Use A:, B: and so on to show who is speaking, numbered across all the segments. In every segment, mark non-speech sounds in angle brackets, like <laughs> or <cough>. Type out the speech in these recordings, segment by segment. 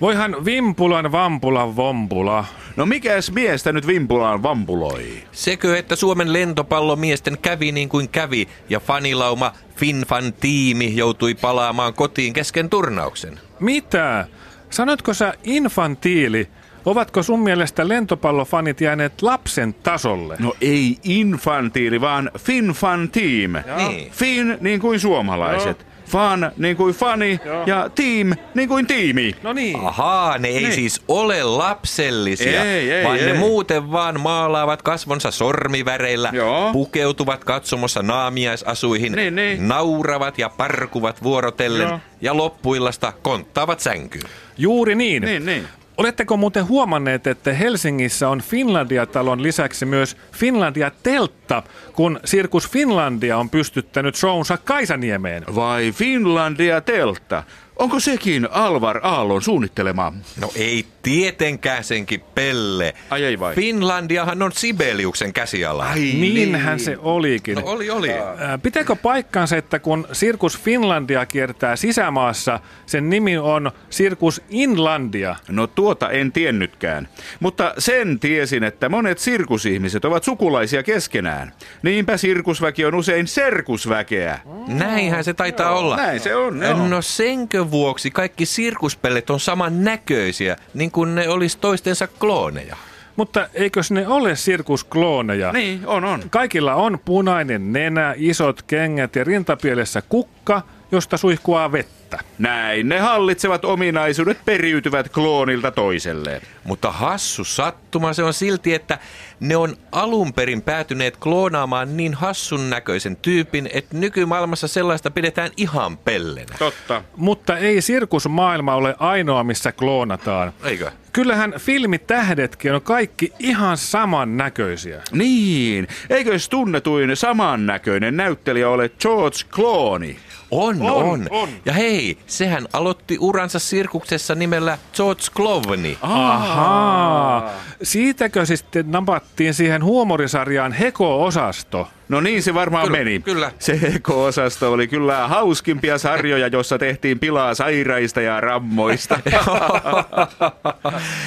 A: Voihan vimpulan vampulan vompula.
B: No mikäs miestä nyt vimpulaan vampuloi?
C: Sekö, että Suomen lentopallomiesten kävi niin kuin kävi ja fanilauma Finfan tiimi joutui palaamaan kotiin kesken turnauksen?
A: Mitä? Sanotko sä infantiili? Ovatko sun mielestä lentopallofanit jääneet lapsen tasolle?
B: No ei infantiili, vaan finfan team.
C: Niin.
B: Fin niin kuin suomalaiset. Fan niin kuin fani ja team niin kuin tiimi.
A: No niin.
C: Ahaa, ne ei
B: Niin.
C: siis ole lapsellisia,
B: Ei, ei,
C: vaan
B: ei.
C: ne muuten vaan maalaavat kasvonsa sormiväreillä,
B: Joo.
C: pukeutuvat katsomossa naamiaisasuihin,
B: Niin, niin.
C: nauravat ja parkuvat vuorotellen
B: Joo.
C: ja loppuillasta konttaavat sänkyyn.
A: Juuri niin.
B: Niin, niin.
A: Oletteko muuten huomanneet, että Helsingissä on Finlandia-talon lisäksi myös Finlandia-teltta, kun Sirkus Finlandia on pystyttänyt shownsa Kaisaniemeen?
B: Vai Finlandia teltta? Onko sekin Alvar Aallon suunnittelema?
C: No ei tietenkään senkin pelle.
B: Ai ei vai?
C: Finlandiahan on Sibeliuksen käsiala.
B: Niin.
A: Niinhän se olikin.
C: No oli, oli.
A: Ää, Pitääkö paikkansa, että kun Sirkus Finlandia kiertää sisämaassa, sen nimi on Sirkus Inlandia?
B: No tuota en tiennytkään, mutta sen tiesin, että monet sirkusihmiset ovat sukulaisia keskenään. Niinpä sirkusväki on usein serkusväkeä.
C: Näinhän se taitaa olla.
B: Näin se on, joo.
C: No senkö vuoksi kaikki sirkuspellet on saman näköisiä, niin kuin ne olisi toistensa klooneja.
A: Mutta eikös ne ole sirkusklooneja?
B: Niin, on on.
A: Kaikilla on punainen nenä, isot kengät ja rintapielessä kukka, josta suihkuaa vettä.
B: Näin ne hallitsevat ominaisuudet periytyvät kloonilta toiselle.
C: Mutta hassu sattuma se on silti, että ne on alun perin päätyneet kloonaamaan niin hassun näköisen tyypin, että nykymaailmassa sellaista pidetään ihan pellenä.
B: Totta.
A: Mutta ei sirkusmaailma ole ainoa, missä kloonataan.
C: Eikö?
A: Kyllähän filmitähdetkin on kaikki ihan saman näköisiä.
B: Niin, eikös tunnetuin samannäköinen näyttelijä ole George Clooney?
C: On,
A: On,
C: on,
A: on.
C: Ja hei, sehän aloitti uransa sirkuksessa nimellä George Clovni.
A: Ahaa. Siitäkö se sitten napattiin siihen huumorisarjaan Heko-osasto?
B: No niin se varmaan
C: Kyllä,
B: meni.
C: kyllä.
B: Se eko-osasto oli kyllä hauskimpia sarjoja, jossa tehtiin pilaa sairaista ja <laughs> rammoista.
C: <laughs>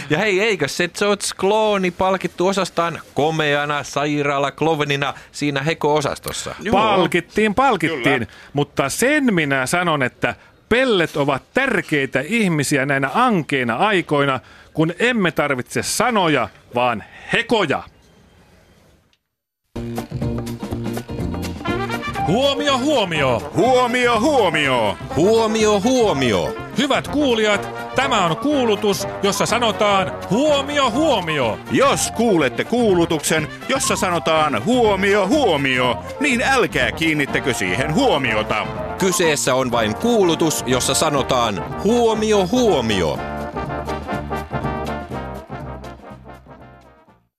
C: Ja hei, eikö se George Clooney palkittu osastaan komeana sairaala Clovnina siinä Heko-osastossa?
A: Palkittiin, palkittiin. Mutta sen minä sanon, että pellet ovat tärkeitä ihmisiä näinä ankeina aikoina, kun emme tarvitse sanoja, vaan hekoja. Huomio, huomio!
B: Huomio, huomio!
C: Huomio, huomio!
A: Hyvät kuulijat, tämä on kuulutus, jossa sanotaan huomio, huomio!
B: Jos kuulette kuulutuksen, jossa sanotaan huomio, huomio, niin älkää kiinnittäkö siihen huomiota.
C: Kyseessä on vain kuulutus, jossa sanotaan huomio, huomio.